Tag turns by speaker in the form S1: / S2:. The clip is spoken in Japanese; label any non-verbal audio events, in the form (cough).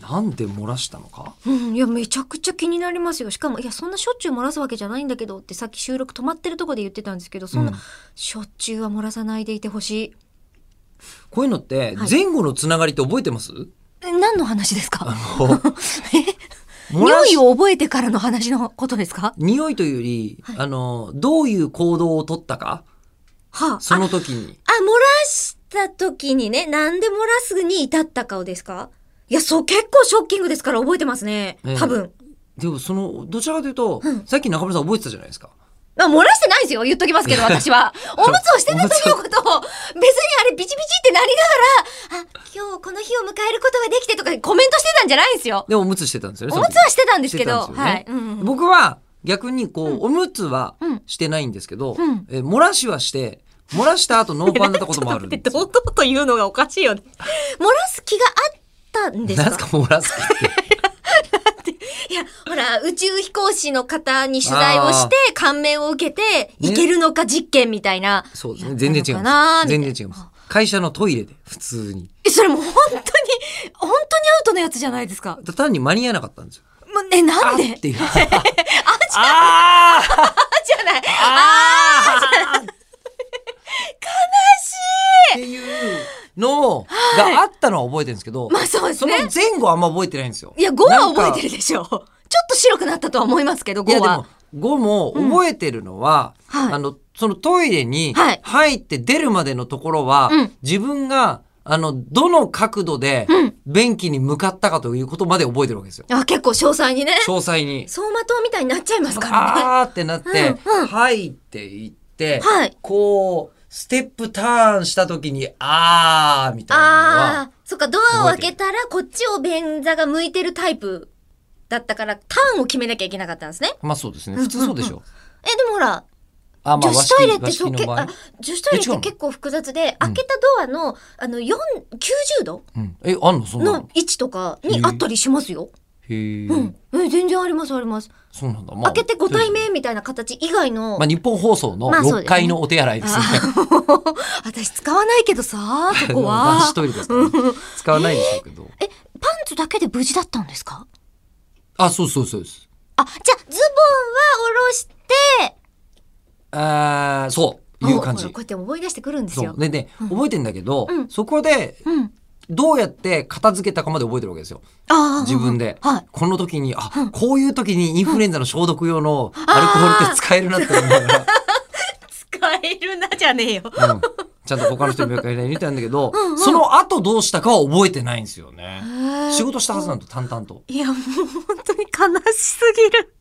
S1: なんで漏らしたのか
S2: うん、いやめちゃくちゃ気になりますよしかもいやそんなしょっちゅう漏らすわけじゃないんだけどってさっき収録止まってるとこで言ってたんですけどそんな、
S1: うん
S2: しょっちゅうは漏らさないでいてほし
S1: こういうのって
S2: はい
S1: 前後のつながりって覚えて
S2: (laughs)
S1: ます、
S2: いえ何の話ですか
S1: あの漏ら
S2: 匂
S1: し
S2: いを覚えてからの話のことですか
S1: 匂いというより、
S2: はい
S1: あのどういう行動をとったか
S2: はあ
S1: そ
S2: あ
S1: の時に
S2: あ漏らした時にねなんで漏らすに至った顔ですかいやそう結構ショッキングですから覚えてますね
S1: ええ
S2: 多分、
S1: でもそのどちらかというと、
S2: うん
S1: さっき中村さん覚えてたじゃないですか
S2: あ漏らしてないですよ言っときます (laughs) けど私はおむつをしてた時のことを別にあれビチビチってなりながらあ今日この日を迎えることができてとかコメントしてたんじゃないんですよ
S1: でおむつしてたんですよね
S2: お
S1: その
S2: む
S1: 時
S2: つはしてたんですけ
S1: して
S2: ど
S1: たん
S2: は
S1: で
S2: い、
S1: す
S2: うんうん
S1: 僕は逆にこう、おむつは
S2: うん
S1: してないんですけど、
S2: うん
S1: えー漏らしはして漏らした後ノーパンだったこともあるん
S2: ちょっ
S1: で
S2: と
S1: すよ
S2: (laughs) 待って堂々と言うのがおかしいよね漏らす気があったんです
S1: 何 (laughs)
S2: か
S1: すか漏らすって
S2: いや、ほら、宇宙飛行士の方に取材をして、感銘を受けて、いけるのか実験みたい (laughs) な。
S1: そうです
S2: や
S1: ね
S2: った
S1: 全然違
S2: の
S1: う
S2: かなみたい
S1: 全然
S2: な
S1: 違います会社のトイレで普通に
S2: え、それもう本当に、本当にアウトのやつじゃないですか。
S1: 単に間に合わなかったんですよ
S2: もうね、なんで
S1: (laughs) っていうああ
S2: じゃな
S1: あ
S2: い。
S1: あ悲しいっていうのがあったのは覚えてるんですけど、
S2: まあそうです
S1: その
S2: ね。
S1: 前後あんま覚えてないんですよ
S2: いや、5は
S1: なん
S2: 覚
S1: か
S2: えてるでしょう。ち (laughs) ょっと白くなったとは思いますけど、
S1: いやで
S2: 5
S1: も
S2: は。
S1: 5も覚えてるのは、
S2: うんはい
S1: あのそのトイレに
S2: はい
S1: 入って出るまでのところは、
S2: うん
S1: 自分があのどの角度で
S2: うん
S1: 便器に向かったかということまで覚えてるわけですよ
S2: あ、結構詳細にね。
S1: 詳細に。
S2: 走馬灯みたいになっちゃいますからね。
S1: あーってなって、
S2: うんうん
S1: 入っていって、
S2: はい。
S1: こうステップターンした時にあーみたいなのは
S2: ああ、そっか、ドアを開けたら、こっちを便座が向いてるタイプだったから、ターンを決めなきゃいけなかったんですね。
S1: まあそうですね
S2: うん
S1: 普通そうでしょう。
S2: え、でもほら、
S1: あまあ
S2: 女子トイレって
S1: 和式
S2: そう
S1: 和式
S2: け
S1: の場合
S2: あ、女子トイレっ
S1: え違う
S2: て
S1: の
S2: 結構複雑で、開けたドアの、あの、4、90度
S1: うん、えあんのそんな
S2: の
S1: の
S2: 位置とかにあったりしますよ。
S1: へえ、
S2: うん。え、全然あります、あります。
S1: そうなんだ、まあ
S2: 開けて5体目みたいな形以外の
S1: まあ、、日本放送の
S2: まあそうですね
S1: 6階のお手洗いですね。
S2: あ (laughs) 私使わないけどさ、
S1: (laughs)
S2: そこ
S1: 男
S2: は
S1: 子。トイレですからね、使わないでしょうけど。
S2: (laughs) え、パンツだけで無事だったんですか
S1: あ、そうそうそうです。
S2: あ、じゃあ、ズボンは下ろして、
S1: あーそう、いう感
S2: お
S1: じ
S2: ほらこ。うやって思い出してくるんです
S1: そ
S2: よ
S1: う。。でね、
S2: うん
S1: 覚えてんだけど、
S2: うん
S1: そこで、
S2: うん。
S1: どうやって片付けたかまで覚えてるわけですよ。
S2: ああ。
S1: 自分で。
S2: はい。
S1: この時に、あ、こういう時にインフルエンザの消毒用のアルコールって使えるなって思いなが
S2: 使えるなじゃねえよ。
S1: ら、うんちゃんと他の人に病気がいないように見たんだけど、その後どうしたかは覚えてないんですよね。仕事したはずなんと、淡々と。
S2: いや、もう本当に悲しすぎる。